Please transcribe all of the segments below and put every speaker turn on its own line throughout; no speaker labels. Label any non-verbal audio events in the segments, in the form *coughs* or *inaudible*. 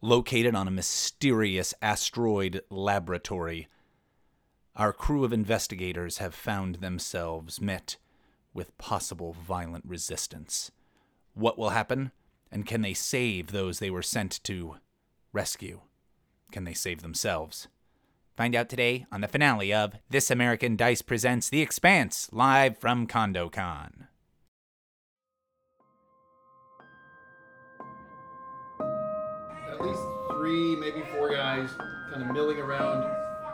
located on a mysterious asteroid laboratory, our crew of investigators have found themselves met with possible violent resistance. What will happen? And can they save those they were sent to rescue? Can they save themselves? Find out today on the finale of This American Dice Presents The Expanse, live from CondoCon.
at least three, maybe four guys kind of milling around,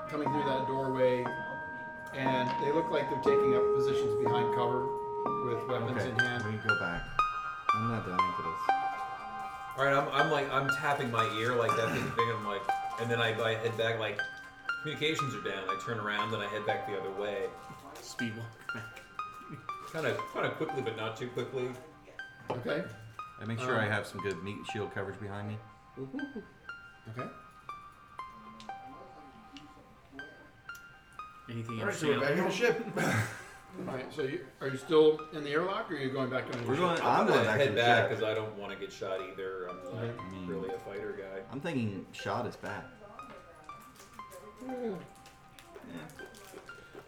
coming through that doorway, and they look like they're taking up positions behind cover with weapons
Okay,
in hand.
we go back. I'm not down for this.
All right, I'm, I'm like I'm tapping my ear like that big thing. I'm like, and then I, I head back like communications are down. I turn around and I head back the other way,
Speedwalk back.
kind of kind of quickly, but not too quickly.
Okay.
I make sure I have some good neat shield coverage behind me.
Okay.
Anything
All right, so we're
interesting?
back on the ship.
All right. So, you, are you still in the airlock, or are you going back on?
We're going.
I'm,
I'm
gonna
going back to
head
the
back
ship.
because I don't want to get shot either. I'm not
Mhm.
really a fighter guy.
I'm thinking shot is bad.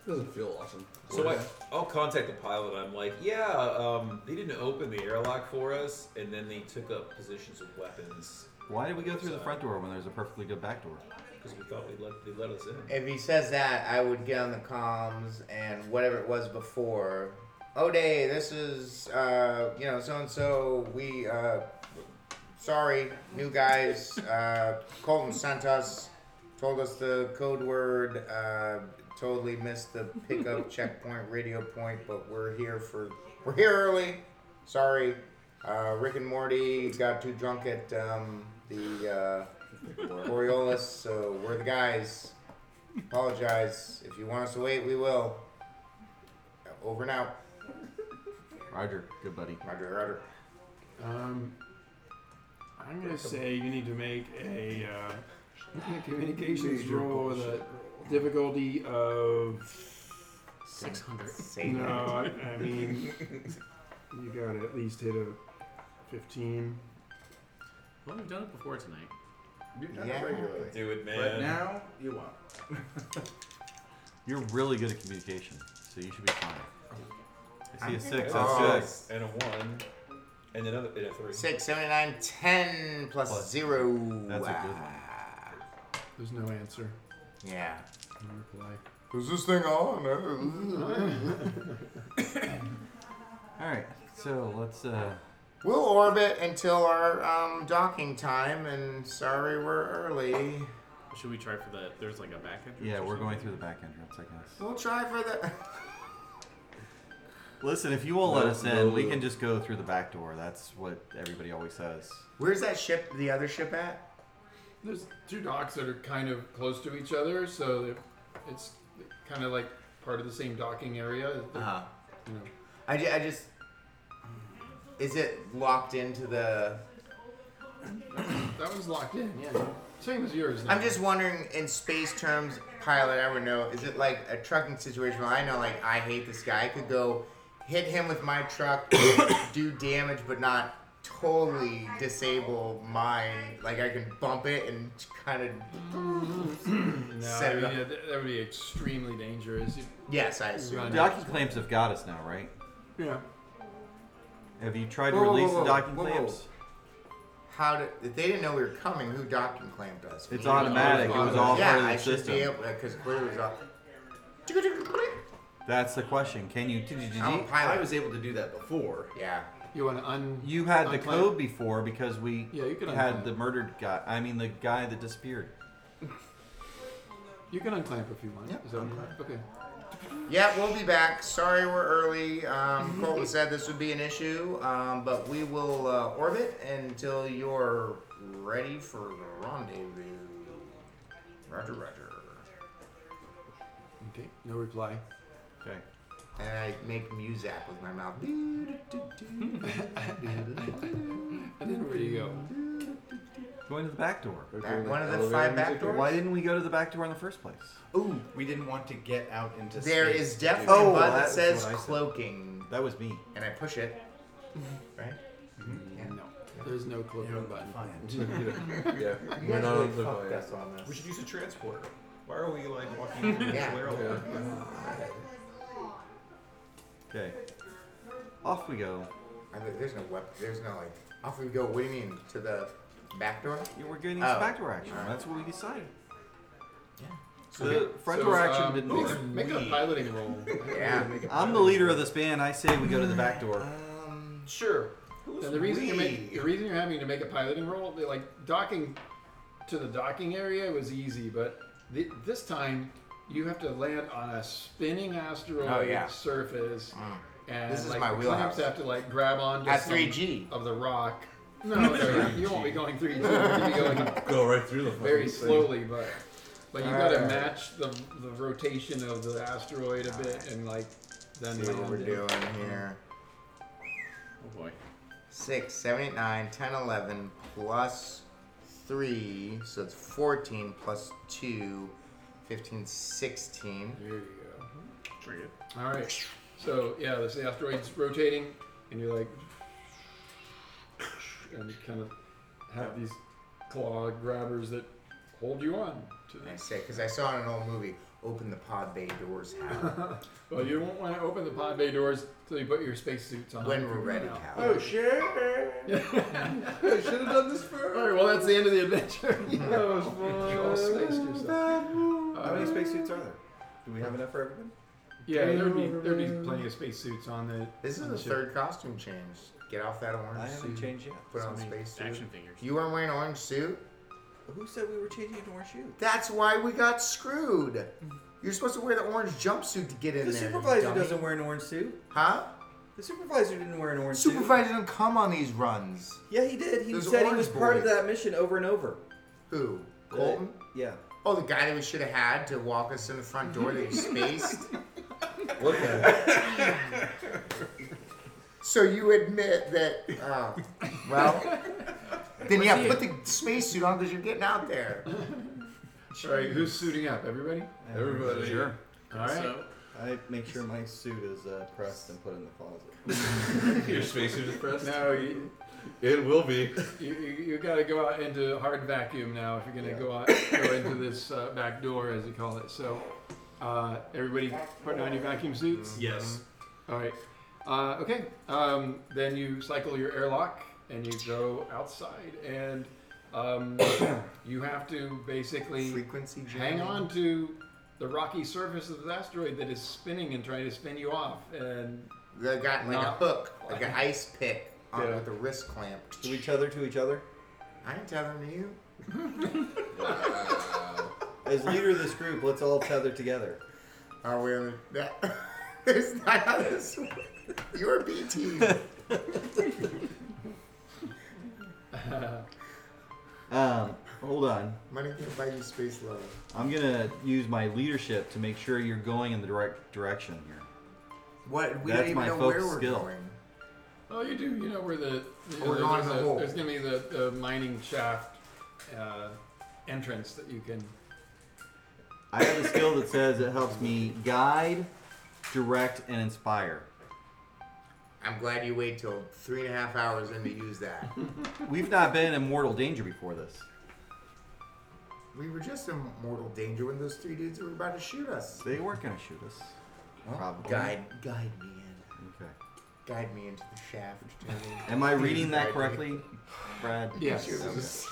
Doesn't feel awesome.
So I, I'll contact the pilot. I'm like, yeah, um, they didn't open the airlock for us, and then they took up positions with weapons
Why did we go through the front door when there's a perfectly good back door?
because we thought they let they let us in.
If he says that, I would get on the comms and whatever it was before. O'Day, this is uh, you know so and so. We uh, sorry, new guys. Uh, Colton sent us, told us the code word. Uh, totally missed the pickup checkpoint, radio point, but we're here for we're here early. Sorry, uh, Rick and Morty got too drunk at um, the uh, Coriolis, so we're the guys. Apologize. If you want us to wait, we will. Over now.
Roger, good buddy.
Roger, Roger.
Um,
I'm gonna say you need to make a uh,
communications
Major
roll with a difficulty of
600.
Save *laughs*
no. I, I mean, you got to at least hit a fifteen.
Well, we've done it before tonight.
You're not
Yeah.
regularly.
Do it, man.
But now you want.
*laughs* You're really good at communication, so you should be fine. I see a six. That's
a
good.
six and a one, and another and a three.
Six, seven, nine, ten plus,
Plus.
plus zero.
That's a good one.
There's no answer.
Yeah. Mm-hmm.
No reply.
Is this thing on?
All right, so let's. uh
We'll orbit until our um, docking time, and sorry we're early.
Should we try for the? There's like a back entrance.
Yeah,
or
we're going
something?
through the back entrance, I guess.
We'll try for the. *laughs*
Listen, if you won't let
No,
us
no,
in, we
no.
can just go through the back door. That's what everybody always says.
Where's that ship? The other ship at?
There's two docks that are kind of close to each other, so they're- it's kind of like part of the same docking area.
Ah,
huh.
You know,
I, ju- I just. Is it locked into the.
that one's locked in, yeah. Same as yours. Now.
I'm just wondering, in space terms, pilot, I would know, is it like a trucking situation where I know, like, I hate this guy? I could go hit him with my truck, *coughs* do damage, but not totally disable mine. Like, I can bump it and kind of.
no,
set
I
it
mean,
up.
yeah, that, that would be extremely dangerous. You-
Yes, I assume.
Run.
The docking clamps have got us now, right?
Yeah.
Have you tried to
Whoa, whoa,
release
whoa,
the
whoa,
docking
whoa, whoa.
clamps?
How did. If they didn't know we were coming, who docking clamped us?
It's
Me?
automatic. It was all part
Yeah,
of the
I should
system.
be able because clearly it was all.
That's the question. Can you?
I'm a
I
pilot.
was able to do that before.
Yeah.
You want to un?
You had the
unclamp-
code before because we
Yeah, you could unclamp.
had the murdered guy. I mean, the guy that disappeared.
You can unclamp if you want.
Yep,
Is that what you-
unclamp.
okay?
Yeah, we'll be back. Sorry we're early. Um,
Mm-hmm.
Colton said this would be an issue, um, but we will uh, orbit until you're ready for the rendezvous. Roger, roger.
Okay. No reply.
Okay.
And I make muzak with my mouth.
And then where do you go?
Going to the back door.
Back- one of the five back doors.
Why didn't we go to the back door in the first place?
Ooh,
We didn't want to get out into space.
there is
to do
definitely
Oh,
one that
that's
says
what I said.
cloaking,
That was me.
and I push it. Right? Yeah.
No.
No.
There's no clicking button.
Yeah.
You
We're
guys
not
really
on the
fucked
fire.
us on
We
this.
should use a transporter. Why are we like walking
*laughs*
in
Yeah.
this lair?
Okay. Off we go.
I mean, there's no weapon. There's no like. Off we go. What do you mean to the back door?
Yeah, we're getting
Oh.
back door action.
Alright.
That's what we decided.
Yeah.
The
*laughs*
front
So,
door action
um,
didn't
make-
work.
Make a piloting roll.
*laughs*
Yeah.
I'm the leader of this band. I say we go to the back door.
Um,
Sure. And the reason you're making,
we?
the reason you're having to make a piloting roll, they- like docking to the docking area was easy, but the, this time you have to land on a spinning asteroid
Oh, yeah. Mm.
surface, and
This is
like
my
the
wheelhouse.
clamps have to like grab onto
At
some
3G.
of the
*laughs*
rock. No, no, you won't be going 3G. You'll be going
Go right through the fucking
very
thing.
slowly, but but you gotta
Alright.
match the the rotation of the asteroid a bit, and like then
see what
land
we're
it.
doing here.
Oh boy.
6, 7, 8, 9, 10, 11, plus 3, so it's 14, plus 2, 15, 16.
There you go. All right. So yeah, this the asteroid's rotating, and you're like, and you kind of have these claw grabbers that hold you on. To
I
this.
say, because I saw in an old movie, open the pod bay doors, Hal.
Well, you won't want to open the pod bay doors until you put your spacesuits
*laughs*
on. *laughs*
when we're ready, Hal.
Oh shit! I should have done this first.
All right. Well, that's the end of the adventure. *laughs* you all spaced yourself.
How many spacesuits are there? Do we have enough for everyone?
Yeah, there'd be there'd be plenty of spacesuits on the.
This is
on
the
ship.
third costume change. Get off that
I
orange
haven't
suit.
changed yet.
Put
So
on a
many
space suit.
figures.
You weren't wearing an orange suit?
Who said we were changing into our shoes?
That's why we got screwed. You're supposed to wear the orange jumpsuit to get in
Mm-hmm. The
there.
supervisor
dummy.
doesn't wear an orange suit.
Huh?
The supervisor didn't wear an orange suit.
Supervisor didn't come on these runs.
Yeah, he did. He
Those
said he
orange
was part of
boys.
that mission over and over.
Who? Colton?
Yeah.
Oh, the guy that we should have had to walk us in the front door that you spaced.
*laughs* Look at
*laughs* So you admit that? Oh,
*laughs*
well, then yeah, put the spacesuit on because you're getting
*laughs*
out there.
All right. Who's suiting up? Everybody.
Everybody.
Sure. All right.
So,
I make sure my suit is uh, pressed and put in the closet.
*laughs*
your spacesuit is pressed.
Now you,
*laughs* It will be.
you, you you gotta go out into hard vacuum now if you're gonna go out go into this uh, back door as you call it. So, uh, everybody putting on your vacuum suits. Mm-hmm.
Yes.
All right. Uh, okay. Um, then you cycle your airlock and you go outside, and um, *coughs* you have to basically
Frequency jamming.
hang on to the rocky surface of the asteroid that is spinning and trying to spin you off. And
They got like a
Not-
hook, like an ice pick, on
Yeah.
with a wrist clamp.
to each other, to each other.
I didn't tell them to you.
As leader of this group, let's all tether together.
Are we on the- that? *laughs* There's not how this. works. You're a B team.
Um, hold on.
Money can buy you space love.
I'm gonna use my leadership to make sure you're going in the direct direction here.
What? We
That's
don't even
my
know
folk
where we're
skill.
going.
oh, you do. You know where the you know,
We're going
there's,
in the
a-
hole.
there's gonna be the, the mining shaft uh, entrance that you
*laughs*
can.
I have a skill that says it helps me guide, direct, and inspire.
I'm glad you wait till three and a half hours in to use that.
*laughs* We've not been in mortal danger before this.
we were just in mortal danger when those three dudes were about to shoot us.
They weren't gonna shoot us. Probably.
Guide, guide me in.
Okay.
Guide me into the shaft. Tony.
Am I reading that
Guide
correctly,
me.
Brad?
Yes.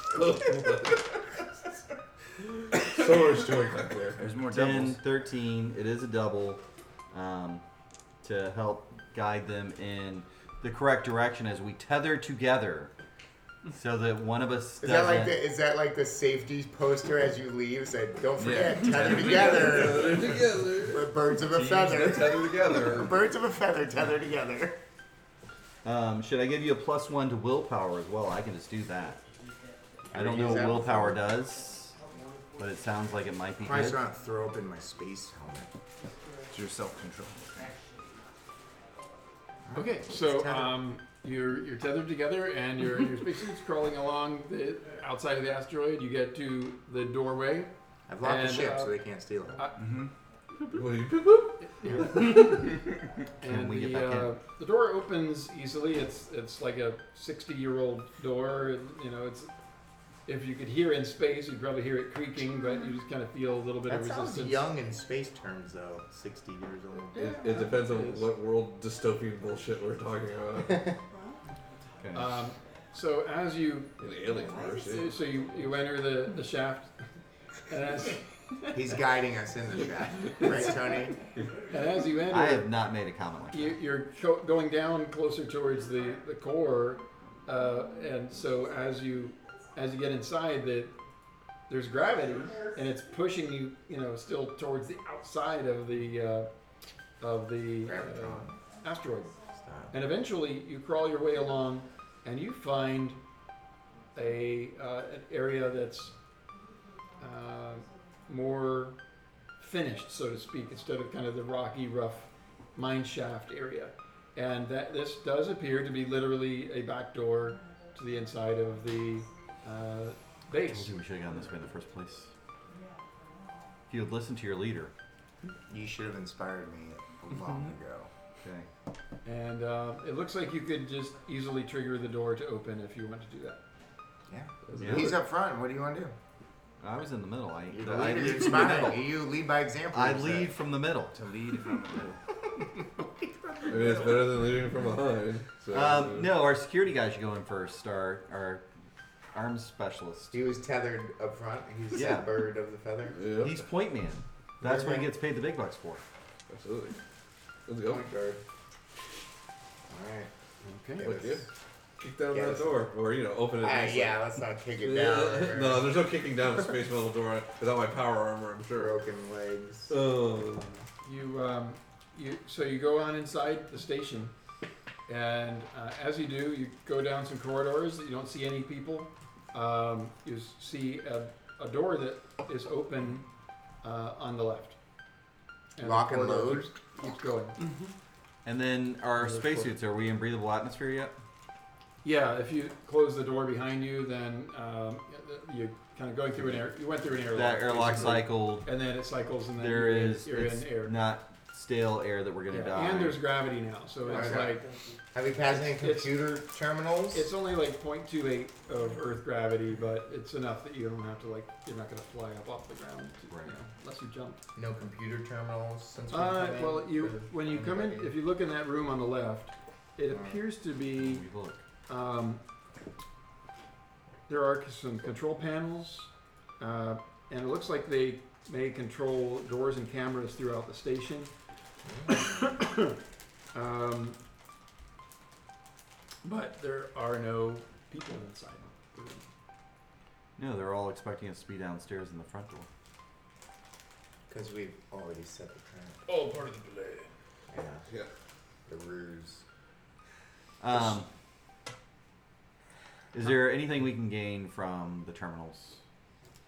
Solar stoic back there.
There's more
10, 13, it is a double um, to help guide them in the correct direction as we tether together so that one of us
Is that like
doesn't-
the is that like the safety poster as you leave said, Don't forget, tether together.
together.
We're birds of a feather.
Tether together.
Birds of a feather tether together.
Um, should I give you a plus one to willpower as well? I can just do that. I don't know
Use
what
that
willpower
before.
does, but it sounds like it might be
Probably
good.
should not throw up in my space helmet.
It's your self control.
Okay, so
tethered.
um, you're you're tethered together, and your your spacesuit's crawling along the outside of the asteroid. You get to the doorway.
I've locked
And,
the ship
uh,
so they can't steal it.
uh,
Boop, boop, boop.
and
we
the,
get back in?
uh, the door opens easily. It's it's like a 60 year old door. And, you know, it's if you could hear in space, you'd probably hear it creaking, but you just kind of feel a little bit
That
of
sounds
resistance.
young in space terms, though. 60 years old.
It, it depends on what world dystopian bullshit we're talking
*laughs*
about.
Okay.
Um, so as you
An alien or shit.
so you, you enter the, the shaft, *laughs* and as,
He's guiding us in the chat. Right, Tony? *laughs*
and as you enter,
I have not made a comment like
you, you're co- going down closer towards the, the core, uh, and so as you as you get inside, that there's gravity and it's pushing you, you know, still towards the outside of the uh, of the
Gravitron.
uh, asteroid, and eventually you crawl your way along, and you find a uh, an area that's uh, more finished, so to speak, instead of kind of the rocky, rough mine shaft area. And that this does appear to be literally a back door to the inside of the uh,
that.
base.
Maybe we should have gone this way in the first place. If you had listened to your leader.
You should have inspired me long ago.
Okay.
And uh, it looks like you could just easily trigger the door to open if you want to do that.
Yeah.
Yeah.
He's up front. What do you want to do?
I was in the middle. I,
You're the
I
leader.
lead
You're
from the middle.
inspiring. You lead by example.
I
you said.
lead from the middle.
To lead from
*laughs*
the middle.
I mean, it's better than leading from behind. So, uh,
Um, no, our security guy should go in first. Our our arms specialist.
He was tethered up front. He's
Yeah.
the bird of the feather.
Yeah,
He's point man. That's what he gets paid the big bucks for.
absolutely. Let's go.
Point guard. All right.
Okay.
Look, dude, Kick down
Yes.
that door, or you know, open it.
Ah,
nicely.
yeah, let's not kick it
*laughs*
down.
Yeah. *laughs* No, there's no kicking down a space metal door without my power armor. I'm sure.
broken legs.
Oh,
You, um, you, so you go on inside the station, and uh, as you do, you go down some corridors. You don't see any people. Um, you s- see a, a door that is open uh, on the left. the
Lock and
corridor
load?
Keeps, keeps going.
And then our
Another
spacesuits. Are we in breathable atmosphere yet?
Yeah, if you close the door behind you, then um, you're kind of going through an air. You went through an airlock.
That airlock
basically.
cycle.
And then it cycles, and then
There
you're in-
is.
you're
It's
in air.
not stale air that we're gonna
Yeah,
die.
And there's gravity now, so it's
Okay.
like
Have you passed any
It's-
computer terminals?
It's only like 0.28 of Earth gravity, but it's enough that you don't have to like. You're not gonna fly up off the ground, to,
Right.
you know, unless you jump.
no computer terminals since we
Uh,
come in
well, you
for
when you come in,
anybody?
if you look in that room on the left, it
Alright.
appears to be
We look.
um, there are some control panels, uh, and it looks like they may control doors and cameras throughout the station. *coughs* um, but there are no people inside. the room.
No, they're all expecting us to be downstairs in the front door.
Because we've already set the trap.
Oh, part of the delay.
Yeah.
yeah.
The ruse.
Um, is there anything we can gain from the terminals?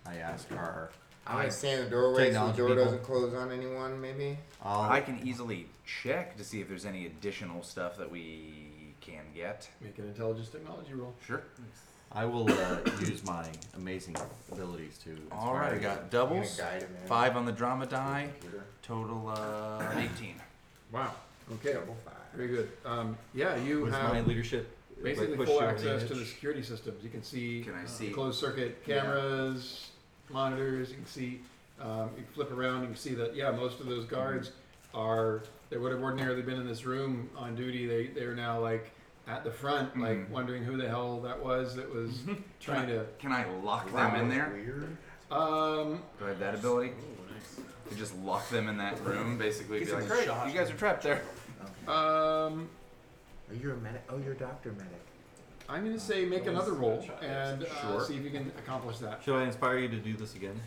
I ask our.
I'm gonna stay in the doorway so the
Technology
door
people.
doesn't close on anyone. Maybe.
I'll,
I can easily check to see if there's any additional stuff that we can get.
Make an intelligence technology roll.
Sure.
I will uh, use my amazing abilities to. Inspire
All right, I
you.
got
I'm gonna
doubles.
guide him in.
Five on the drama die.
Computer.
Total uh, 18.
Wow. Okay.
Double five.
Very good. Um, yeah, you
With my
have
leadership. like,
basically
push
full
your
access to the
lineage?
security systems. You can see
Can I
uh,
see-
closed circuit cameras, monitors. You can see. Um, you flip around and you see that yeah, most of
Mm-hmm.
those guards are they would have ordinarily been in this room on duty. They they are now like at the front,
Mm-hmm.
Mhm.
like wondering who the hell that was that was trying to.
Can I lock
Wow,
them in there?
Weird.
Um,
Do I have that ability? To just lock them in that room, basically be
Get
like,
some
"Great,
shots."
you guys are trapped there.
um,
Are you a medic? Oh, you're a doctor medic.
I'm
Uh,
gonna say make another roll and uh,
Sure.
see if you can accomplish that.
Should I inspire you to do this again?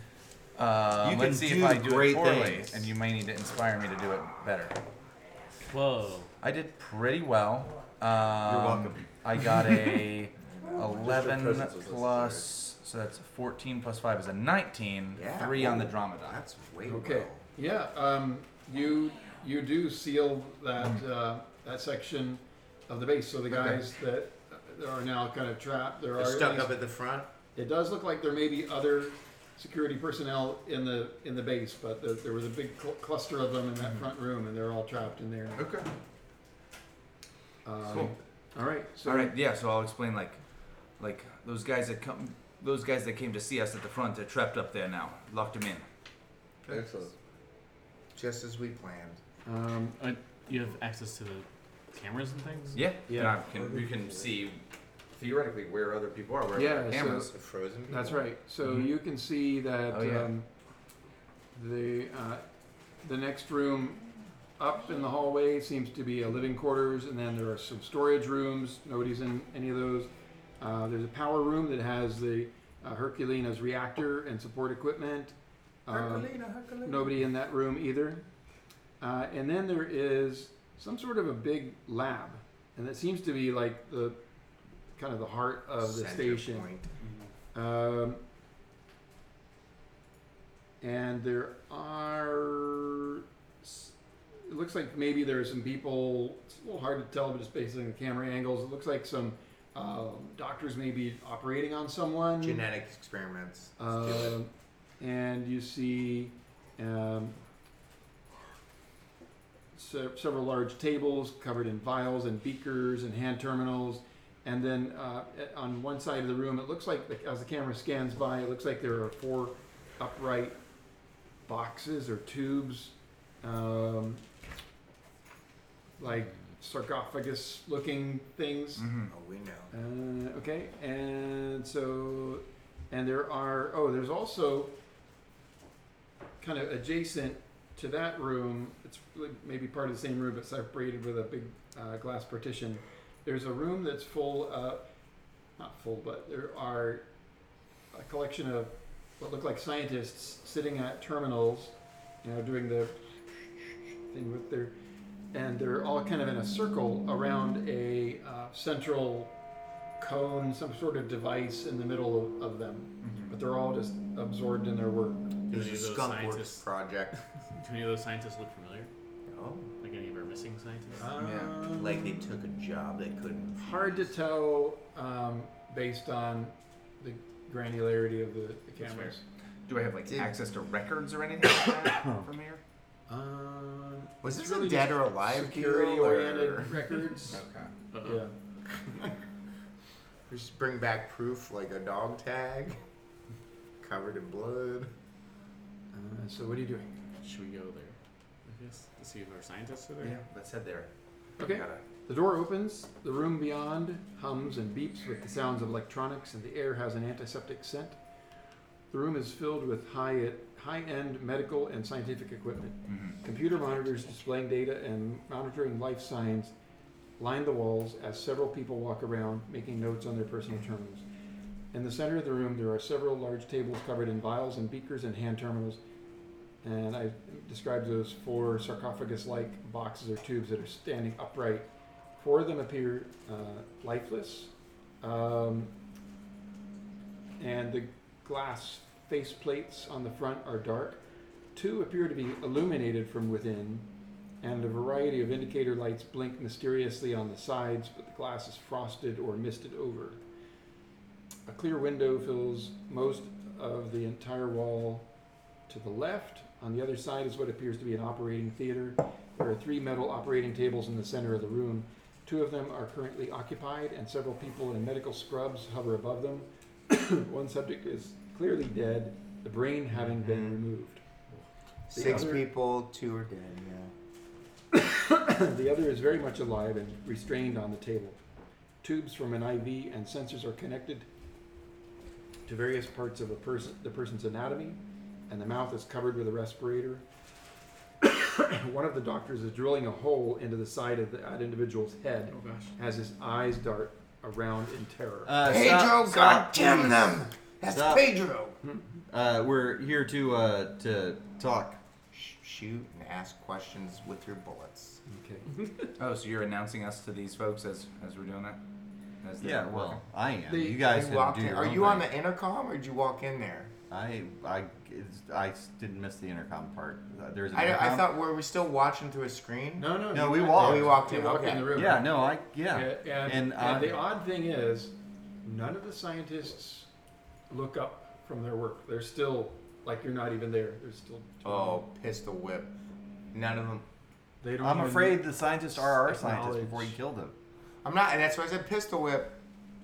Um,
You
let's
can
see if
do
I do
great
it poorly,
things.
and you may need to inspire me to do it better.
Whoa.
I did pretty well. Um,
welcome.
I got
*laughs*
a
presence
11
was necessary.
plus, so that's 14 plus 5 is a 19.
Yeah.
Three on the drama die.
That's way
Okay.
well.
Yeah. Um, you you do seal that
Mm-hmm.
uh, that section of the base, so the guys that that are now kind of trapped. There
They're
are
stuck
these-
up at the front.
It does look like there may be other security personnel in the in the base, but the, there was a big cl- cluster of them in that front room, and they're all trapped in there.
Mm-hmm. Okay.
Um,
Cool.
All right. So
All right, yeah. So I'll explain like, like those guys that come, those guys that came to see us at the front are trapped up there now. Locked them in.
Excellent.
Just as we planned.
Um,
Uh, you have access to the cameras and things?
Yeah.
Yeah.
And I can, you can see theoretically where other people are. Where
Yeah,
the
so-
cameras.
The frozen. people.
That's right. So
Mhm.
you can see that
Oh, yeah.
um, the uh, the next room up in the hallway seems to be a living quarters, and then there are some storage rooms. Nobody's in any of those. Uh, there's a power room that has the uh, Herculina's reactor and support equipment. Um, nobody in that room either. Uh, and then there is some sort of a big lab, and that seems to be like the kind of the heart of uh, the
Center
station.
point.
Um, and there are. s- It looks like maybe there are some people. It's a little hard to tell, but just based on the camera angles, it looks like some um, doctors may be operating on someone.
Genetic experiments. Let's do it.
Um, and you see um, se- several large tables covered in vials and beakers and hand terminals. And then uh, at- on one side of the room, it looks like, as the camera scans by, it looks like there are four upright boxes or tubes, um, like sarcophagus looking things.
Mhm.
Oh, we know.
Uh, okay, and so, and there are, oh, there's also kind of adjacent to that room, it's like maybe part of the same room but separated with a big uh, glass partition. There's a room that's full of, not full, but there are a collection of what look like scientists sitting at terminals, you know, doing the thing with their, and they're all kind of in a circle around a uh, central cone, some sort of device in the middle of, of them.
Mm-hmm.
But they're all just absorbed in their work.
Do
This
any of
is
those
Skunk Works
scientists?
project.
*laughs* Do any of those scientists look familiar?
Oh,
Like any of our missing scientists?
Um,
like they took a job they couldn't.
Um, Hard to tell um, based on the granularity of the, the
That's
cameras.
Do I have like
Did-
access to records or anything like that from here?
Um,
Was
it's
this a
really
dead
just
or alive deal? Or...
security-oriented
*laughs*
records?
Okay.
Uh-oh.
yeah. Uh,
We Just bring back proof like a dog tag, *laughs* covered in blood.
Uh, so what are you doing?
Should we go there? I guess to see if our scientists are there.
Yeah. Let's head there.
Okay.
Gotta-
The door opens. The room beyond hums and beeps with the sounds of electronics, and the air has an antiseptic scent. The room is filled with high high-end medical and scientific equipment.
mhm.
Computer monitors displaying data and monitoring life signs line the walls as several people walk around, making notes on their personal terminals. In the center of the room, there are several large tables covered in vials and beakers and hand terminals. And I described those four sarcophagus like boxes or tubes that are standing upright. Four of them appear uh, lifeless. Um, and the glass faceplates on the front are dark. Two appear to be illuminated from within, and a variety of indicator lights blink mysteriously on the sides, but the glass is frosted or misted over. A clear window fills most of the entire wall to the left. On the other side is what appears to be an operating theater. There are three metal operating tables in the center of the room. Two of them are currently occupied, and several people in medical scrubs hover above them. *coughs* One subject is clearly dead, the brain having been
Mm-hmm.
removed. *coughs* The
Six
other-
people, two are dead. Yeah.
The other is very much alive and restrained on the table. Tubes from an IV and sensors are connected to various parts of a person, the person's anatomy, and the mouth is covered with a respirator. *coughs* One of the doctors is drilling a hole into the side of the, that individual's head
Oh gosh.
as his eyes dart around in terror.
Uh,
Pedro,
stop-
God
stop,
damn
please.
them! That's
Stop.
Pedro.
Uh, we're here to uh, to talk.
Sh- shoot and ask questions with your bullets.
okay.
Oh, so you're announcing us to these folks as as we're doing that? As they're
Yeah,
walking?
well, I am.
They-
you guys
You
didn't
walked
do
in-
your
Are
own
you on
thing.
the intercom or did you walk in there?
I I it's, I s- didn't miss the intercom part. Uh, There's an
I,
intercom.
I thought were we still watching through a screen?
No, no.
No,
you
we
went-
walked.
Oh, we walked
you
in.
walked
Okay. um,
in the room.
Yeah, no, I yeah.
A- And,
And,
and
I-
the odd thing is, none of the scientists look up from their work. They're still like you're not even there. They're still.
Oh, pistol whip. None of them.
They don't.
I'm
even-
afraid the scientists are our scientists
Acknowledge.
before you killed them.
I'm not, and that's why I said pistol whip.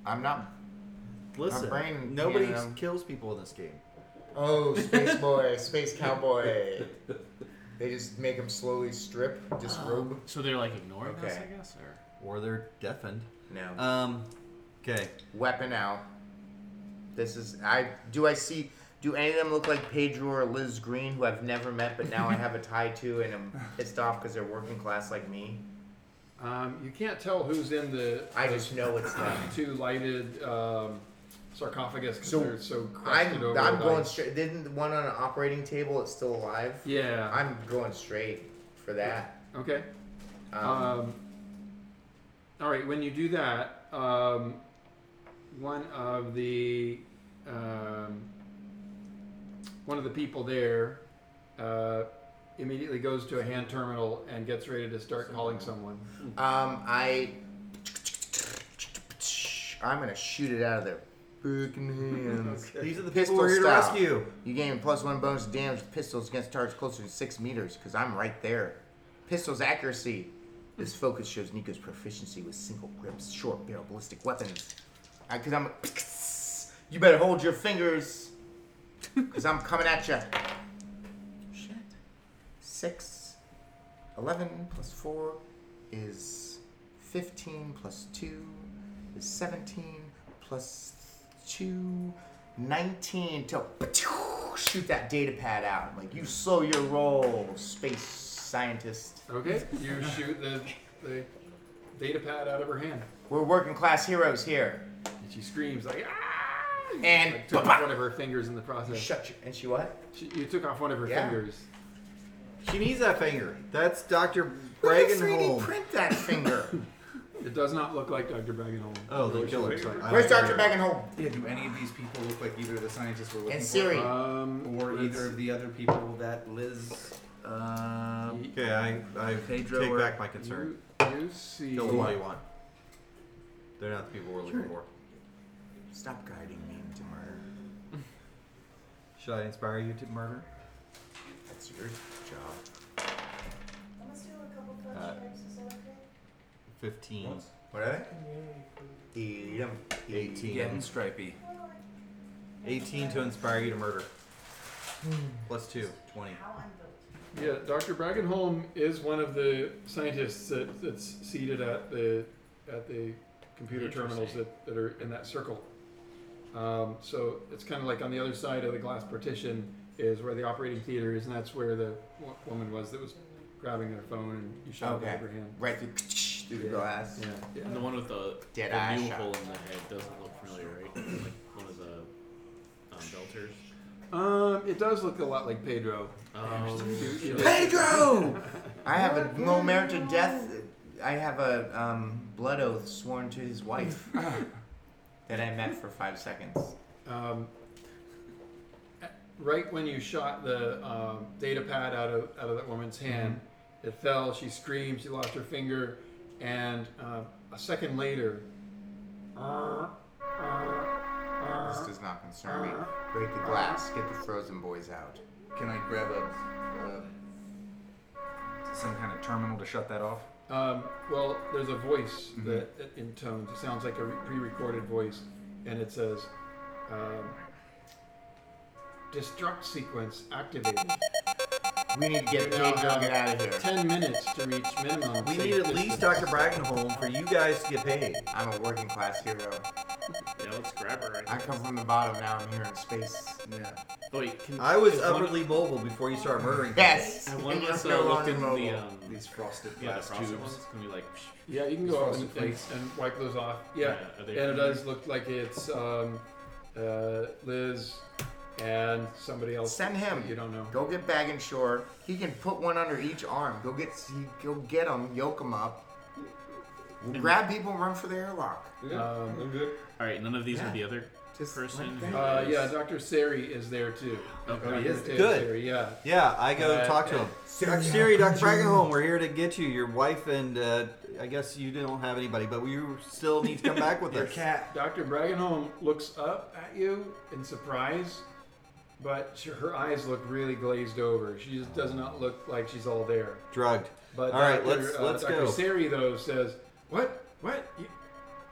I'm not.
Listen,
brain,
nobody
you know.
kills people in this game.
*laughs*
Oh, space boy, space cowboy. They just make him slowly strip, disrobe.
Uh,
So they're like ignoring us,
Okay.
I guess, or
Or they're deafened.
No.
Um, okay.
Weapon out. This is I. Do I see? Do any of them look like Pedro or Liz Green, who I've never met, but now I have a tie to, and I'm pissed off because they're working class like me?
Um, you can't tell who's in the.
I just know it's them.
two lighted um, sarcophagus. 'cause
So,
they're so crusted
I'm,
over
I'm
by-
going straight. Didn't the one on an operating table? It's still alive.
Yeah.
I'm going straight for that.
Okay.
Um,
Um, all right. When you do that, um, one of the um, one of the people there uh, immediately goes to a hand terminal and gets ready to start calling someone.
um, I. I'm gonna shoot it out of their freaking
*laughs*
hands.
These are the
Pistol
people we're here to
style.
rescue.
You gain plus one bonus to damage with pistols against targets closer to six meters, because I'm right there. Pistol's accuracy. This focus shows Nico's proficiency with single grips, short barrel ballistic weapons. Because I'm. *laughs* You better hold your fingers, because I'm coming at you. Shit. Six. Eleven plus four is fifteen plus two is seventeen plus two. 19 to shoot that data pad out. Like, you slow your roll, space scientist.
Okay. You shoot the the data pad out of her hand.
We're working class heroes here.
And she screams like ah.
And
Like, took off one of her fingers in the process.
shut your. And she what?
She, you took off one of her
Yeah.
fingers.
She needs that finger. That's Dr.
Where did 3D
Bragenholm.
print that finger?
It does not look like Dr. Bagginholm.
Oh, they killed her. I
Where's
don't
Oh,
Dr.
care.
Baggenholm?
Yeah, do any of these people look like either of the scientists we're looking
And
for?
Siri.
Um,
Or
let's-
either of the other people that Liz. Uh,
Okay, I, I
Pedro
take
or-
back my concern.
You, you see.
Kill them all you want. They're not the people we're looking for.
Stop guiding me into murder.
Should I inspire you to murder?
That's your job.
I must do a couple punch
Uh,
checks, is that okay?
15.
What are they? Eat 'em. Eat
18.
Getting stripey.
18 to inspire you to murder. Plus 2. 20.
Yeah, Dr. Brackenholm is one of the scientists that, that's seated at the at the computer terminals
Interesting.
that, that are in that circle. Um, so it's kind of like on the other side of the glass partition is where the operating theater is, and that's where the wo- woman was that was grabbing their phone and you shot it
Okay.
out of her hand.
Right through, *laughs* through the
Yeah.
glass.
Yeah, yeah.
and the one with the,
Dead
the
eye
new
shot.
hole in the head doesn't look familiar, right? Like one of the um, belters.
Um, it does look a lot like Pedro.
Um,
You- you-
Pedro!
*laughs*
I have a no merit to death. I have a um, blood oath sworn to his wife
*laughs*
that I met for five seconds.
Um, right when you shot the um, data pad out of out of that woman's
Mm-hmm.
hand, it fell. She screamed. She lost her finger, and uh, a second later,
This does not concern me. Break the glass. Get the frozen boys out.
Can I grab a. Uh, some kind of terminal to shut that off?
um, well, there's a voice
Mm-hmm.
that it intones. It sounds like a re- pre-recorded voice, and it says, um, "Destruct sequence activated.
We need to get
We now
Pedro
have
get out of here.
Ten minutes to reach minimum."
We
safe
need at least
distance."
Dr. Brackenholm for you guys to get paid.
I'm a working class hero.
yeah, let's grab her right
I
now.
come from the bottom. Now I'm here in space.
Yeah.
Oh, wait, can,
I was
is one-
upwardly mobile before you started murdering.
Yes.
And one
And
was
you're
uh,
no
looked in
longer
the
mobile.
um,
These frosted
yeah, the
glass
frosted
tubes.
ones. Can we like?
Yeah, you can go up
Frosted
and, and,
Flakes.
and wipe those off. Yeah,
are they
and it
familiar?
does look like it's um, uh, Liz and somebody else.
Send him.
that You don't know.
Go get Bag and Shore. He can put one under each arm. Go get he- go get him. Yoke him up. We'll grab people and run for the airlock.
Um,
All right, none of these are the
Yeah.
other
Just
person.
like
who
that.
uh,
is-
yeah, Doctor Sari is there too.
Okay.
Dr.
he is
Mateo
Oh, good.
Sari, yeah.
Yeah, I go
Uh,
talk to him. Dr. Siri, Dr. Brackenholm, we're here to get you. Your wife and uh, I guess you don't have anybody, but you still need to come back with
Your
us.
cat.
Doctor Braggenholm looks up at you in surprise but she, her eyes look really glazed over. She just does not look like she's all there.
Drugged.
But
All right,
Dr.
let's-
uh,
let's
Dr.
go.
Seri though says, "What? What? You,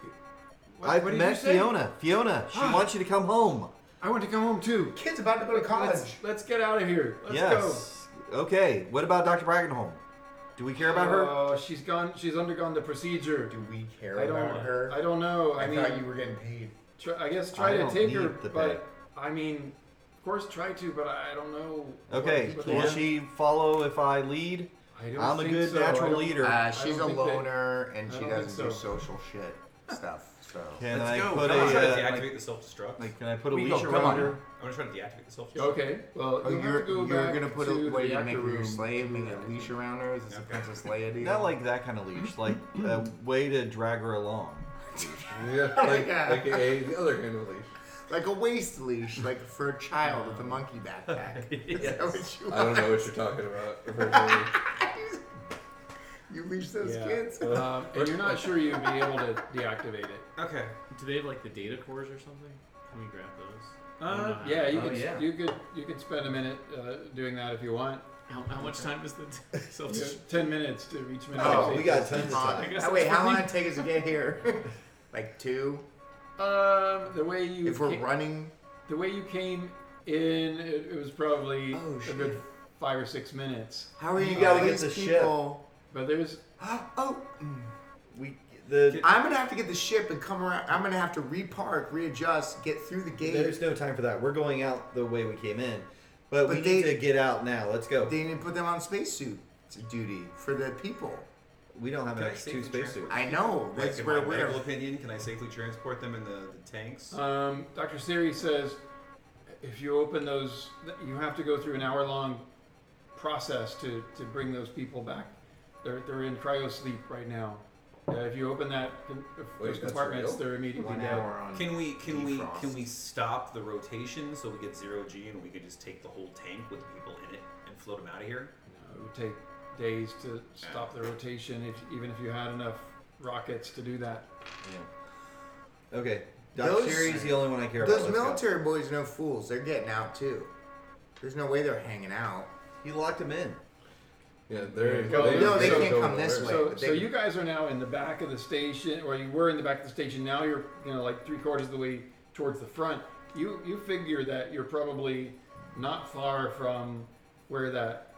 you- what
I've
what did you
met
say?"
Fiona. Fiona, she
Ah.
wants you to come home.
I want to come home too.
Kid's about to go to college.
Let's, let's get out of here. Let's go.
yes. Okay. What about Dr. Brackenholm? Do we care about her?
Oh, she's gone. She's undergone the procedure.
Do we care
I don't.
about her?
I don't know. I,
I,
mean,
thought you were getting paid.
try, I guess
I
try to
don't
take her,
need the
but I mean, of course try to, but I don't know. what-
Okay.
what-
Will she follow if I lead?
I don't
I'm a
think
good
so. I
natural
don't-
leader.
Uh,
I
she's a
don't think they-
loner and
I
she
don't
doesn't
think
do
so.
social
*laughs*
shit stuff. So
Can
Let's
I
go.
put
Come
a
on.
try to
uh,
deactivate the self destruct.
can I put a
We
leash
go, come
around
on.
her?
I'm gonna try to deactivate the self destruct.
Okay. Well,
Oh,
you
you're
have to go
you're
back
gonna put a
to
what are
the
you gonna make
reactor
her your
room.
slave? Make a leash around her? Is this a Princess Leia deal?
Not like that kind of leash. Like a
*laughs*
way to drag her along.
*laughs*
Yeah,
my
like,
God.
AKA the other kind of leash.
like a waist leash, like for a child with a monkey backpack. Is that what you
I don't know what you're talking
*laughs*
about.
want? you leash those
Yeah.
kids?
Um, and you're not sure you'd be able
*laughs*
to deactivate it.
Okay.
Do they have like the data cores or something? Can we grab those? I don't know
Uh,
how-
yeah, you
oh,
could
yeah.
you could you could spend a minute uh, doing that if you want.
How, how much time is the *laughs* self
You have
destruct?
Ten minutes to reach minute.
Oh,
six.
we
got tons
Uh,
guess
wait,
that's
how
what
long did it take us to get here? *laughs* like two?
Um, the way you
If we're
ca-
running,
the way you came in, it, it was probably
Oh,
a
shit.
good five or six minutes.
how are you,
gotta
all
get
these
the ship.
people?
But there's
*gasps* Oh,
We the
I'm gonna have to get the ship and come around. I'm gonna have to repark, readjust, get through the gate.
there's no time for that. We're going out the way we came in, but, we
But
need
they-
to get out now. Let's go.
They need to put them on spacesuit duty for the people.
we don't have an
Can I
extra two
safely
spacesuits.
transport
I know.
Like,
That's
in
where
my
we're.
medical opinion, can I safely transport them in the, the tanks?
um, Dr. Siri says if you open those, you have to go through an hour long process to, to bring those people back. They're, they're in cryo sleep right now. Uh, if you open that, if those
Wait, that's
compartments,
real?
they're immediately
One
dead.
hour on.
Can we can we
defrost.
can we stop the rotation so we get zero G and we could just take the whole tank with people in it and float them out of here?
No, Uh, it would take days to stop the rotation, if, even if you had enough rockets to do that.
Yeah. Okay. Doc
Those-
Sherry's the only one I care
Those
about. Let's go.
military boys are no fools. They're getting out too. There's no way they're hanging out.
He locked him in.
Yeah, they're.
Well, no, they
don't
can't
go
come this
nowhere.
way.
So,
but
so
they-
you guys are now in the back of the station, or you were in the back of the station. Now you're, you know, like three quarters of the way towards the front. You you figure that you're probably not far from where that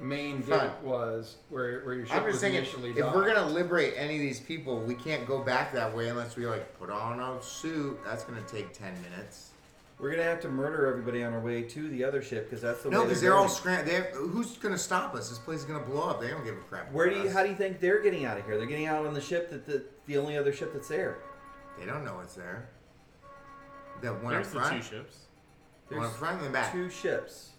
main
Front.
gate was, where where your ship
I'm
was
just thinking,
initially.
if we're
docked.
gonna liberate any of these people, we can't go back that way unless we like put on a suit. That's gonna take ten minutes.
We're gonna have to murder everybody on our way to the other ship because that's the
No,
way
because they're all
going.
scram. They have, who's gonna stop us? This place is gonna blow up. They don't give a crap.
Where do
about
you?
us.
How do you think they're getting out of here? They're getting out on the ship that the, the only other ship that's there.
They don't know what's there. The one
There's
up
the
front,
two ships.
one up
There's
front and the back.
two ships,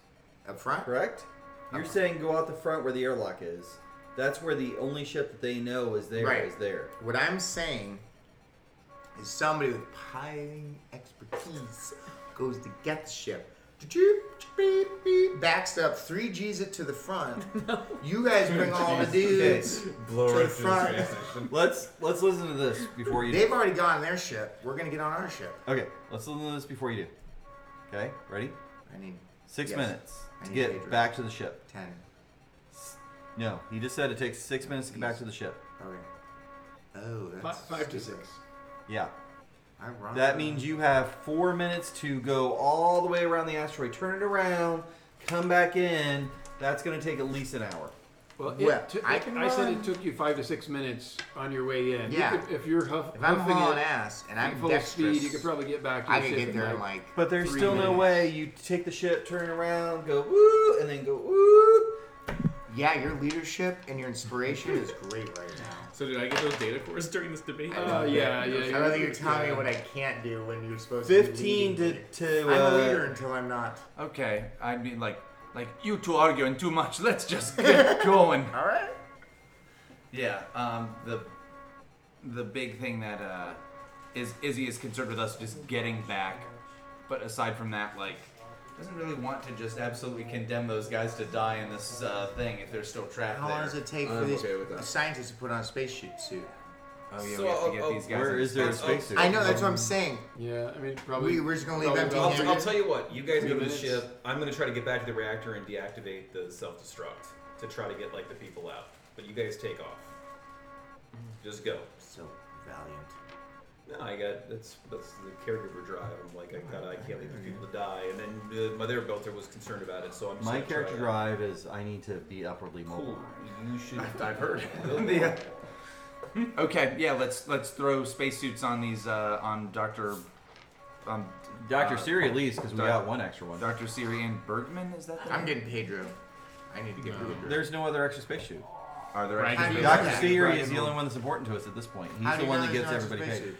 Up front,
correct? You're
Uh-huh.
saying go out the front where the airlock is. That's where the only ship that they know is there is
Right.
there.
What I'm saying is somebody with piloting expertise goes to get the ship. Beep, beep, beep, backs up, 3Gs it to
*laughs*
the front. You guys bring all the dudes
Blow
to
right
the
through this
front.
transition.
Um, Let's let's listen to this before you.
They've already gone on their ship. We're going to get on our ship.
do. Okay, let's listen to this before you do. Okay, ready?
I need
Six
Yes.
minutes
I
to
need
get
Pedro.
back to the ship.
10.
No, he just said it takes six minutes to get back to the ship.
Okay. Oh,
Fi-
that's
five to
stupid.
six.
Yeah.
I run.
That means you have four minutes to go all the way around the asteroid, turn it around, come back in. That's going to take at least an hour.
Well,
Well,
it took-
I can
I said
run.
it took you five to six minutes on your way in. You
Yeah.
could- if you're huff,
If I'm
huffing
hauling
it
ass and
at
I'm
full
dexterous,
speed, you could probably get back. To
I
your
could
ship
get there in
like
like.
But there's
Three
still no
minutes.
way you take the ship, turn it around, go woo, and then go woo.
Oh, Yeah, your leadership and your inspiration is great right now.
So did I get those data cores *laughs* during this debate?
Uh, yeah, yeah.
I love that you're telling me what I can't do when you're supposed to be
15 to.
leading me.
to
I'm a leader
uh,
until I'm not.
Okay, I mean, like, like you two arguing too much. *laughs* Let's just get going.
All right.
Yeah. Um. The the big thing that uh is Izzy is concerned with us just getting back, but aside from that, like, doesn't really want to just absolutely condemn those guys to die in this uh, thing if they're still trapped
How
there.
long does it take for
I'm
these
okay with that.
scientists to put on a spacesuit suit?
Oh, yeah, we have to get
uh,
these guys Where in is there a spacesuit. spacesuit?
I know that's what I'm saying.
Yeah, I mean probably.
We were just gonna leave
probably
empty
about-
I'll, I'll tell you what. You guys
Three
go to the
minutes.
ship. I'm gonna try to get back to the reactor and deactivate the self-destruct to try to get like the people out. But you guys take off. Just go.
So valiant.
No, I got that's that's the caregiver drive. I'm like I got I can't leave these people to die. And then uh, my their builder was concerned about it, so I'm. just
My
gonna
character
try
drive is I need to be upwardly mobile.
You should.
I've *laughs* heard. Yeah. Okay, yeah, let's let's throw spacesuits on these uh, on Doctor. Um,
Dr. Siri at least, 'cause we got one extra one.
Doctor Siri and Bergman is that? the
I'm
name?
getting Pedro. I need to get Pedro.
There's no other extra spacesuit.
Are there
Dragon
extra
Ball.
Doctor
Dragon
Siri
Ball.
is the only one that's important to us at this point. He's
How do
the
you
one
know
that
there's
gets
no
everybody
spacesuit?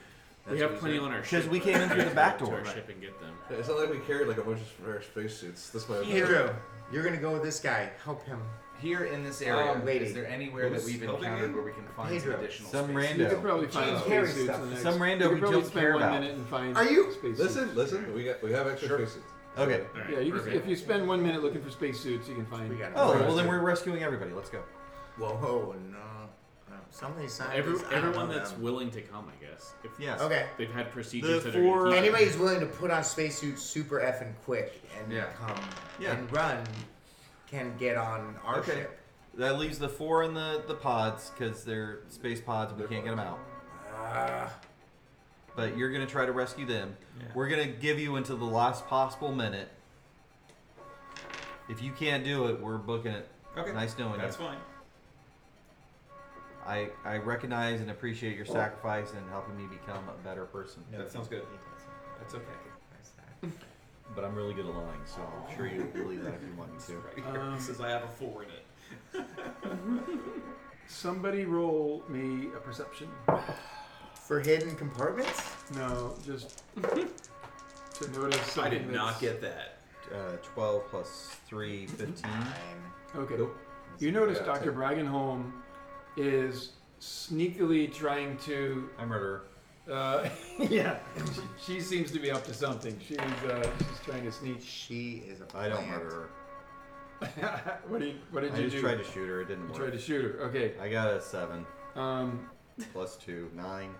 paid.
we have plenty on our ship.
Because we
but
came in
we
through
have
the
to
back
go to
door.
our ship and get them.
Yeah, it's not like we carried like a bunch of spare spacesuits. That's my
Pedro, you're gonna go with this guy. Help him.
Here in this area,
Um,
is
lady.
there anywhere that
Who's
we've
helping
encountered
him?
where we can find some
Pedro.
additional
Some
space?
random-
You could probably find
Jeez,
spacesuits
carry stuff.
in the next.
Some
you
rando we
could probably
don't
spend
care
one
about.
minute and find.
Are you-
Spacesuits.
Listen, listen, we got we have extra spacesuits.
Okay.
Yeah, you can, if you spend one minute looking for spacesuits, you can find.
We got
Oh, well then we're rescuing everybody. Let's go.
Whoa, no. no. Some of these scientists.
Every,
I don't
everyone
know
that's
them.
willing to come, I guess. If
Yes.
Okay.
They've had procedures
The
that are.
four-
gonna keep-
Anybody who's willing to put on spacesuits super effing quick and
Yeah.
come
Yeah.
and run can get on our
Okay.
ship.
Oh, That leaves the four in the, the pods because they're space pods. We can't get them out.
Uh,
But you're gonna try to rescue them. We're gonna give you until the last possible minute. If you can't do it, we're booking it.
Okay.
Nice knowing
That's
you.
fine.
I I recognize and appreciate your sacrifice and helping me become a better person.
That sounds good. That's okay.
But I'm really good at lying, so I'm sure you believe that if you want me to.
Right here.
Um,
*laughs* it says I have a four in it.
Somebody roll me a perception.
For hidden compartments?
No,
*laughs*
just to notice.
I
Something
did
that's-
not get that.
Uh, 12 plus 3, 15.
Okay.
Nope.
You notice
Yeah,
Dr.
take-
Bragenholm is sneakily trying to.
I murder.
Uh, *laughs* yeah, she seems to be up to something. She's uh, she's trying to sneak. *laughs*
She is a
I don't
plant.
murder
what did what
her.
did
I
you
just
do?
tried to shoot her. It didn't
You
work.
tried to shoot her. Okay.
I got a 7
Um,
plus 2, 9.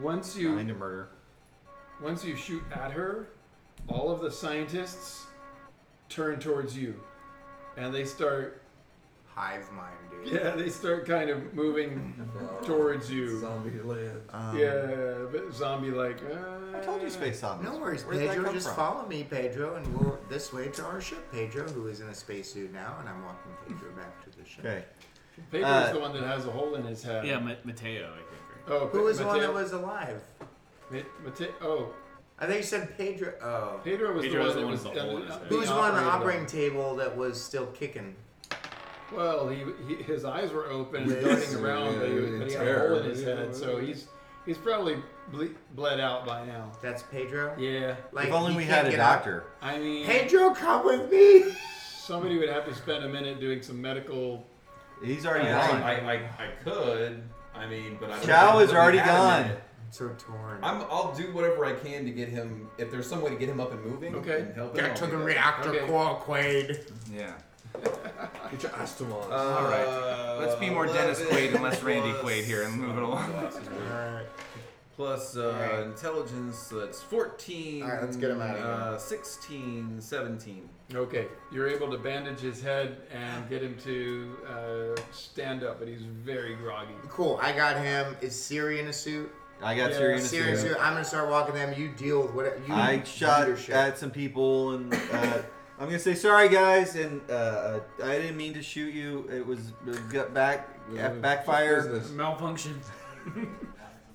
once you
9 to murder.
once you shoot at her, all of the scientists turn towards you, and they start *laughs*
Hive mind, dude.
yeah they start kind of moving towards you.
Zombie land.
yeah, but "Ah, zombie like.
Um, I told you space zombies.
No worries,
Where'd that
Pedro.
come
Just
from?
follow me, Pedro, and we'll this way to our ship, Pedro, who is in a spacesuit now, and I'm walking Pedro back to the ship.
Okay.
Pedro's
Uh,
the one that has a hole in his head.
Yeah, Ma- Mateo, I think. Right?
Oh,
Who was the one
Mateo-
that was alive?
Ma- Mateo. Oh,
I think you said Pedro. Oh.
Pedro was
Pedro was
the
the
one
one
that was.
with the hole
uh,
in his head.
being
Who's the one on the operating
operated
table that was still kicking?
on. Well, he, he his eyes were open and
Yes.
darting around, but, he, was- but he had a hole in his head, so he's he's probably ble- bled out by now.
That's Pedro.
Yeah,
Like,
if only
he
we
can't
had a
get out.
doctor.
I mean,
Pedro, come with me.
somebody would have to spend a minute doing some medical.
He's already
I,
gone.
I, I, I could. I mean, but I.
Chow
don't
is
think we
already
had a
gone.
minute.
so torn.
I'm. I'll do whatever I can to get him. If there's some way to get him up and moving,
Okay.
and help him.
Get
I'll
to
do
the
that.
reactor
Okay.
core, Quaid.
Yeah.
Get your Aston on.
All right. Let's be more Dennis Quaid and less Randy
Uh, plus-
Quaid here and move it along.
Alright.
Plus uh,
Alright.
intelligence, so that's 14.
Alright, let's get him outta here.
Uh, 16, 17.
Okay, you're able to bandage his head and get him to uh, stand up, but he's very groggy.
Cool. I got him. Is Siri in a suit?
I got
Yeah,
Siri in a
Siri in a
suit.
suit. I'm gonna start walking them. You deal with whatever. You
I
do
shot
your shit.
at some people, and uh, I'm gonna say sorry, guys, and uh, uh, I didn't mean to shoot you. It was it was gut back
Yeah.
backfire,
Business.
Malfunction.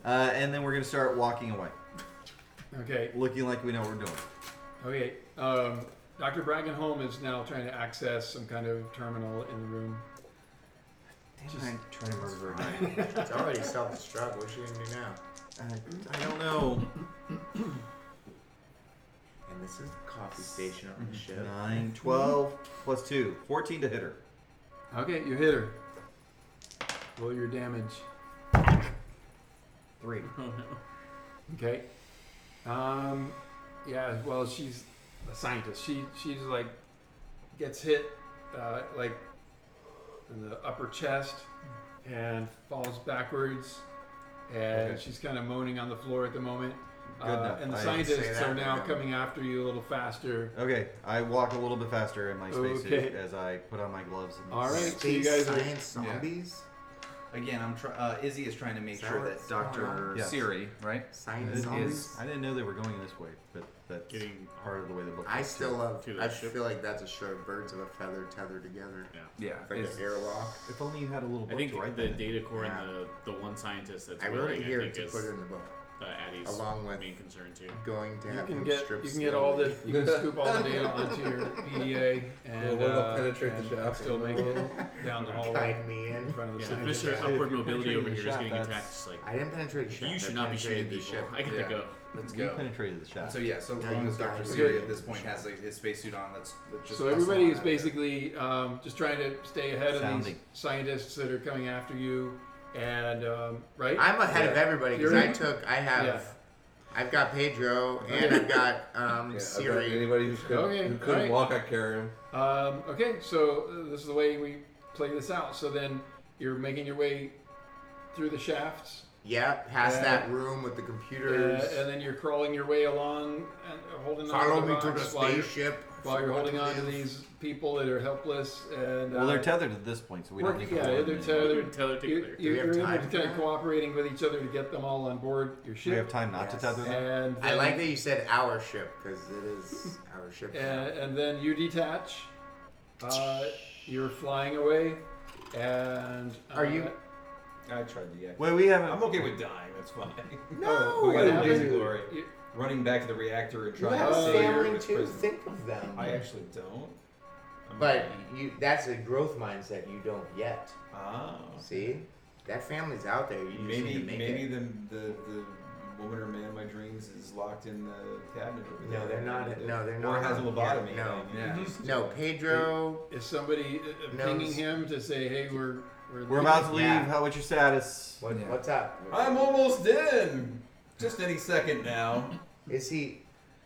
uh, and then we're gonna start walking away,
Okay,
looking like we know what we're doing.
Okay, um, Dr. Bragenholm is now trying to access some kind of terminal in the room. Just-
I'm trying to murder
*laughs*
her.
It's already self-destruct. What's she gonna do now?
Uh, I don't know.
*clears throat* And this is the coffee station on the
Mm-hmm.
ship.
Nine, twelve plus two, 14 to hit her.
Okay, you hit her. Roll your damage.
Three.
Okay. Um, yeah. Well, she's a scientist. She she's like gets hit uh, like in the upper chest and falls backwards and
Okay.
she's kind of moaning on the floor at the moment.
Good
Uh,
enough.
and the
I didn't say
scientists
that.
are now coming after you a little faster.
Okay, I walk a little bit faster in my spacesuit
Okay.
as I put on my gloves. And
All right, so you guys are
zombies. Again, I'm try- uh, Izzy is trying to make
Is that
sure
what's
that Doctor
going on?
Siri, right?
It
is-
is- I didn't know they were going this way, but that's
Getting-
part of the way the book.
I
looks,
still uh,
too.
love.
to the
I
ship.
feel like that's a show. Birds of a feather tethered together. Yeah.
Yeah,
Like
it's-
an airlock.
If only you had a little
I
book
think
to write
the
that in.
data core
Yeah.
and the, the one scientist that's
I wrote
willing,
it here
I think
to
is
put it in the book,
uh, Addie's
along with
main concern too.
going to
You
have
can
him
get
strip
you can get all the
slowly. *laughs*
*laughs*
you can scoop all the data onto your PDA
Well,
and
we'll
uh,
penetrate the
and
shaft
still
and
make it down the hallway
Guide me
in
in.
front of the
Yeah, the
scientists.
Fisher upward
you're
mobility
penetrating
over
the
here is
shaft,
getting
that's-
attacked. It's like
I didn't penetrate shit.
you should not be shooting people. I gotta
Yeah.
*laughs*
go.
Let's
You
go.
penetrated the shaft.
So yeah, so
Yeah,
long
you
as Doctor
got it.
Siri
Good.
at this point has like his spacesuit on, let's, let's just.
So
hustle
everybody
on
is
out of there.
basically um, just trying to stay ahead of these
Sounding.
scientists that are coming after you, and um, right.
I'm ahead of everybody because
You're-
I took. I have.
Yeah.
I've got
*laughs*
Pedro and I've got um,
Yeah, I bet
Siri.
anybody who could,
Okay,
who couldn't
alright.
walk, I carry him.
Um, okay, so uh, this is the way we play this out. So then you're making your way through the shafts,
Yeah, past
Yeah.
that room with the
uh,
computers.
and then you're crawling your way along and holding
Follow
on to the
me to the
rocks while you're,
spaceship.
while you're holding
Follow
on to
me.
these people that are helpless. And uh,
well, they're tethered at this point, so we
work-
don't need to.
yeah,
warn
they're
them.
tethered.
Tether to
You,
clear.
you,
we have
you're
time
kind
for
of
that?
cooperating with each other to get them all on board your
We have
ship.
time not to
Yes.
tether them.
And
I
then-
like that you said our ship because it is our ship.
and, uh, and then you detach. Uh, you're flying away, and uh,
Are you-
I tried to. Yeah.
Well, we haven't.
I'm okay with dying. That's *laughs* fine.
No,
we got
what
a dizzy
happened?
glory.
You-
Running back to the reactor and
You
trying
have
to
a
save her
family
with
too.
prison.
Think of them.
I actually don't. I'm
But
like,
you, that's a growth mindset you don't yet.
oh,
See? That family's out there. You just need
maybe
to make
maybe
it.
the, the the woman or man of my dreams is locked in the cabinet over there.
No, they're not. No, they're
Or
not.
has a lobotomy.
Yeah,
I mean,
Yeah.
just-
no. No, Pedro.
Is somebody uh, uh,
No,
pinging
it's-
him to say, "Hey, we're we're,
We're about to leave.
Yeah.
How? What's your status?
What,
Yeah.
What's up?
I'm almost in. Just any second now.
Is he?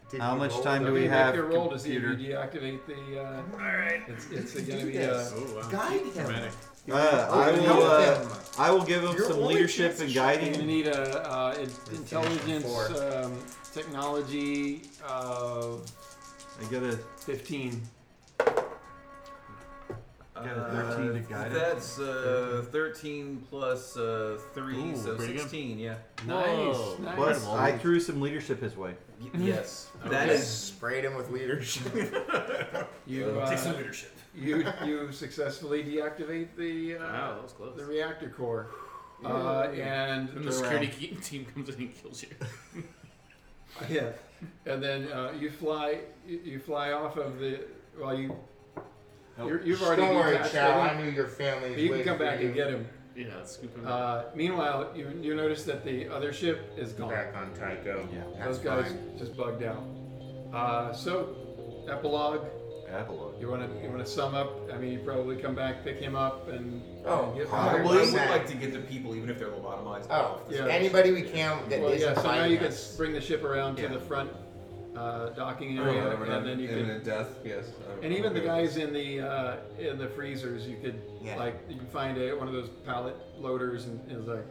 Did
How
you
much
roll
time
the-
do
Okay,
we
make
have?
your roll to see if you
Computer.
deactivate the. Uh,
All right.
it's
*laughs*
it's going to be. Uh,
Oh wow.
Guide him.
Dramatic.
Uh, I
Help
will. Uh,
him.
I will give him
Your
some
only
leadership
chance
and
is
you're going to
guiding.
need a uh, in-
finishing
intelligence
four.
um, technology uh, of
I get a.
15.
Got a 13 to guide it.
That's uh, 13 plus uh, 3,
Ooh,
so
pretty good.
16, yeah.
Whoa.
Nice. nice.
Plus,
Incredible.
I threw some leadership his way.
Y- yes. That
I
is
sprayed him with leadership. *laughs*
You uh,
leadership.
you you successfully deactivate the uh,
Wow, that was close.
the reactor core, uh, and
Then the security key- *laughs* team comes in and kills
*laughs*
you. *laughs*
Yeah, and then uh, you fly you you fly off of the well you you're, you've already
Don't worry,
detached
Chow.
him.
I knew your family.
you can come back and get him.
Yeah, scoop him. up.
Uh, meanwhile, you you notice that the other ship is gone.
Back on Tycho.
Yeah.
Those guys
That's fine.
just bugged out. Uh, so, epilogue.
Epilogue.
You wanna you wanna sum up? I mean, you probably come back, pick him up, and
Oh,
and get-
I
probably.
would
What's that?
like to get the people, even if they're lobotomized.
Oh,
Yeah.
anybody we can that
Well,
not
yeah. So now
fighting
you can
us.
bring the ship around
Yeah.
to the front uh, docking
Oh,
area,
whatever,
and then you can
imminent death. Yes. I'm
And even the
okay.
guys in the uh, in the freezers, you could
Yeah.
like you can find a, one of those pallet loaders and, and like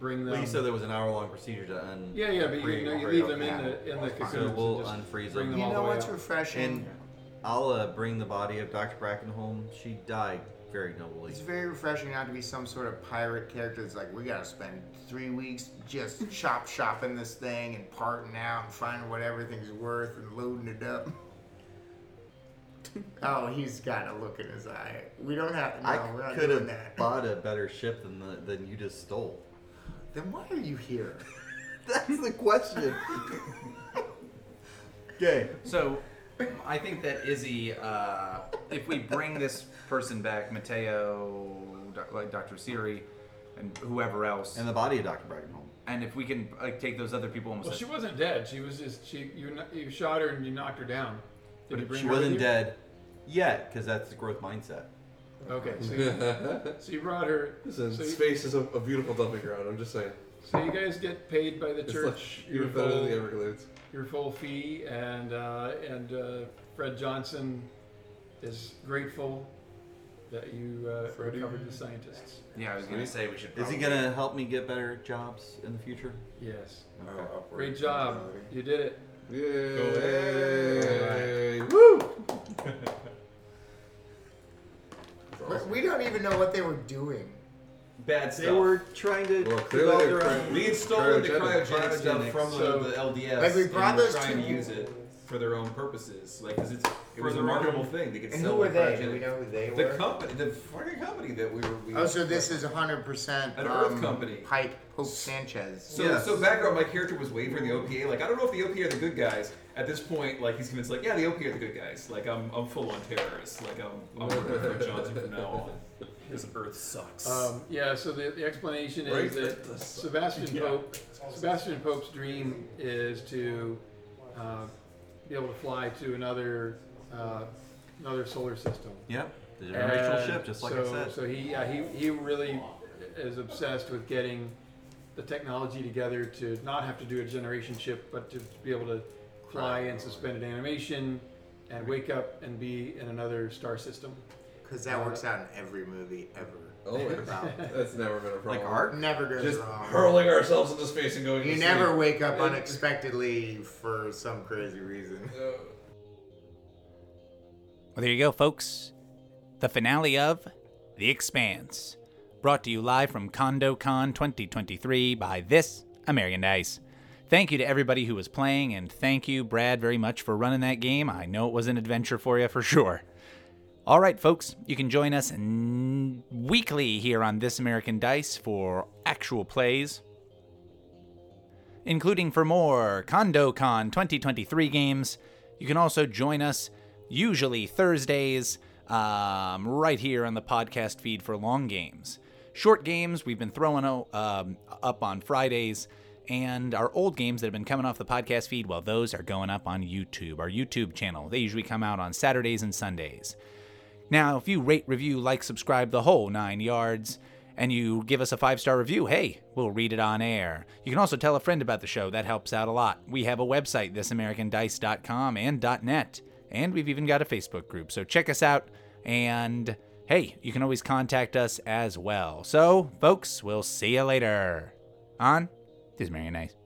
bring them.
Well, you said there was an hour-long procedure to un.
yeah, yeah, but you,
free
you, know, you
all
leave
right,
them in
yeah.
the in the
So
cocoons.
So
and
we'll
just
unfreeze
bring them
them.
all the
You know
way
what's
out.
refreshing?
And I'll uh, bring the body of Dr. Brackenholm. She died very nobly.
It's very refreshing not to be some sort of pirate character that's like, we gotta spend three weeks *laughs* just chop shopping this thing and parting out and finding what everything's worth and loading it *laughs* up. oh, he's got a look in his eye. We don't have no,
I
we're not
could
doing
have
that.
bought a better ship than the, than you just stole. *laughs*
Then why are you here?
That's the
*laughs*
question. okay.
So, I think that Izzy, uh, if we bring this person back, Mateo, doc- like Dr. Siri, and whoever else,
And
and,
the body of Dr. Brackenholm.
if we can like take those other people almost.
Well, she wasn't dead. She was just she you kn- you shot her and you knocked her down. Did you bring
She
her with
wasn't
you?
dead yet, because that's the growth mindset.
Okay, so you, so you brought her. So
Listen,
you,
space is a, a beautiful dumping ground. I'm just saying.
so you guys get paid by the
It's
church
like
your
you're better than the
full,
Everglades.
your full fee, and uh, and uh, Fred Johnson is grateful that you uh, recovered the scientists.
Is he gonna help me get better jobs in the future?
Yes.
Okay.
Great job. You did it.
Yay!
We don't even know what they were doing.
Bad
They were trying to
Well,
develop
clearly
their
they're
own.
trying-
We had stolen the
Cryogenic.
cryogenic stuff
Cryogenics.
from
So-
the, the LDS.
Like, we
and
brought
were
those
trying
two-
to use it for their own purposes. Like, 'cause it's
It
for
was
the
a
marketable
marketable-
thing. They could
And who
sell
were
the
they? Do
cryogenic-
we know who they
The
were?
company, the fucking company that we were. We
Oh, so this is 100%
An Earth
um,
company.
Pipe Pope Sanchez.
So,
Yes.
so background, my character was wavering the OPA. Like, I don't know if the OPA are the good guys. At this point, like, he's convinced, like, yeah, the OPA are the good guys. Like, I'm, I'm full on terrorist. Like, I'm, I'm working for Johnson from now on. This Earth sucks.
Um, yeah, so the, the explanation
Right?
is that Sebastian Pope, Sebastian Pope's dream is to uh, be able to fly to another uh, another solar system.
Yep. The generational
And
shift, just like I
so-
said.
So he, yeah, he, he really is obsessed with getting the technology together to not have to do a generation ship, but to be able to fly in suspended animation and wake up and be in another star system.
Because that works out in every movie ever.
Oh, it's- that's never been a problem.
like art.
Never goes
Just
wrong.
hurling ourselves into space and going.
You
to
never
Sleep.
*laughs*
wake up unexpectedly for some crazy reason.
Well, there you go, folks. The finale of The Expanse. Brought to you live from CondoCon 2023 by This American Dice. Thank you to everybody who was playing, and thank you, Brad, very much for running that game. I know it was an adventure for you for sure. All right, folks, you can join us n- weekly here on This American Dice for actual plays, including for more CondoCon 2023 games. You can also join us usually Thursdays um, right here on the podcast feed for long games. Short games we've been throwing o- um, up on Fridays, and our old games that have been coming off the podcast feed, well, those are going up on YouTube, our YouTube channel. They usually come out on Saturdays and Sundays. Now, if you rate, review, like, subscribe the whole nine yards, and you give us a five star review, hey, we'll read it on air. You can also tell a friend about the show, that helps out a lot. We have a website, thisamericandice.com and .net, and we've even got a Facebook group, so check us out, and hey, you can always contact us as well. So, folks, we'll see you later. On This is Marion Nice.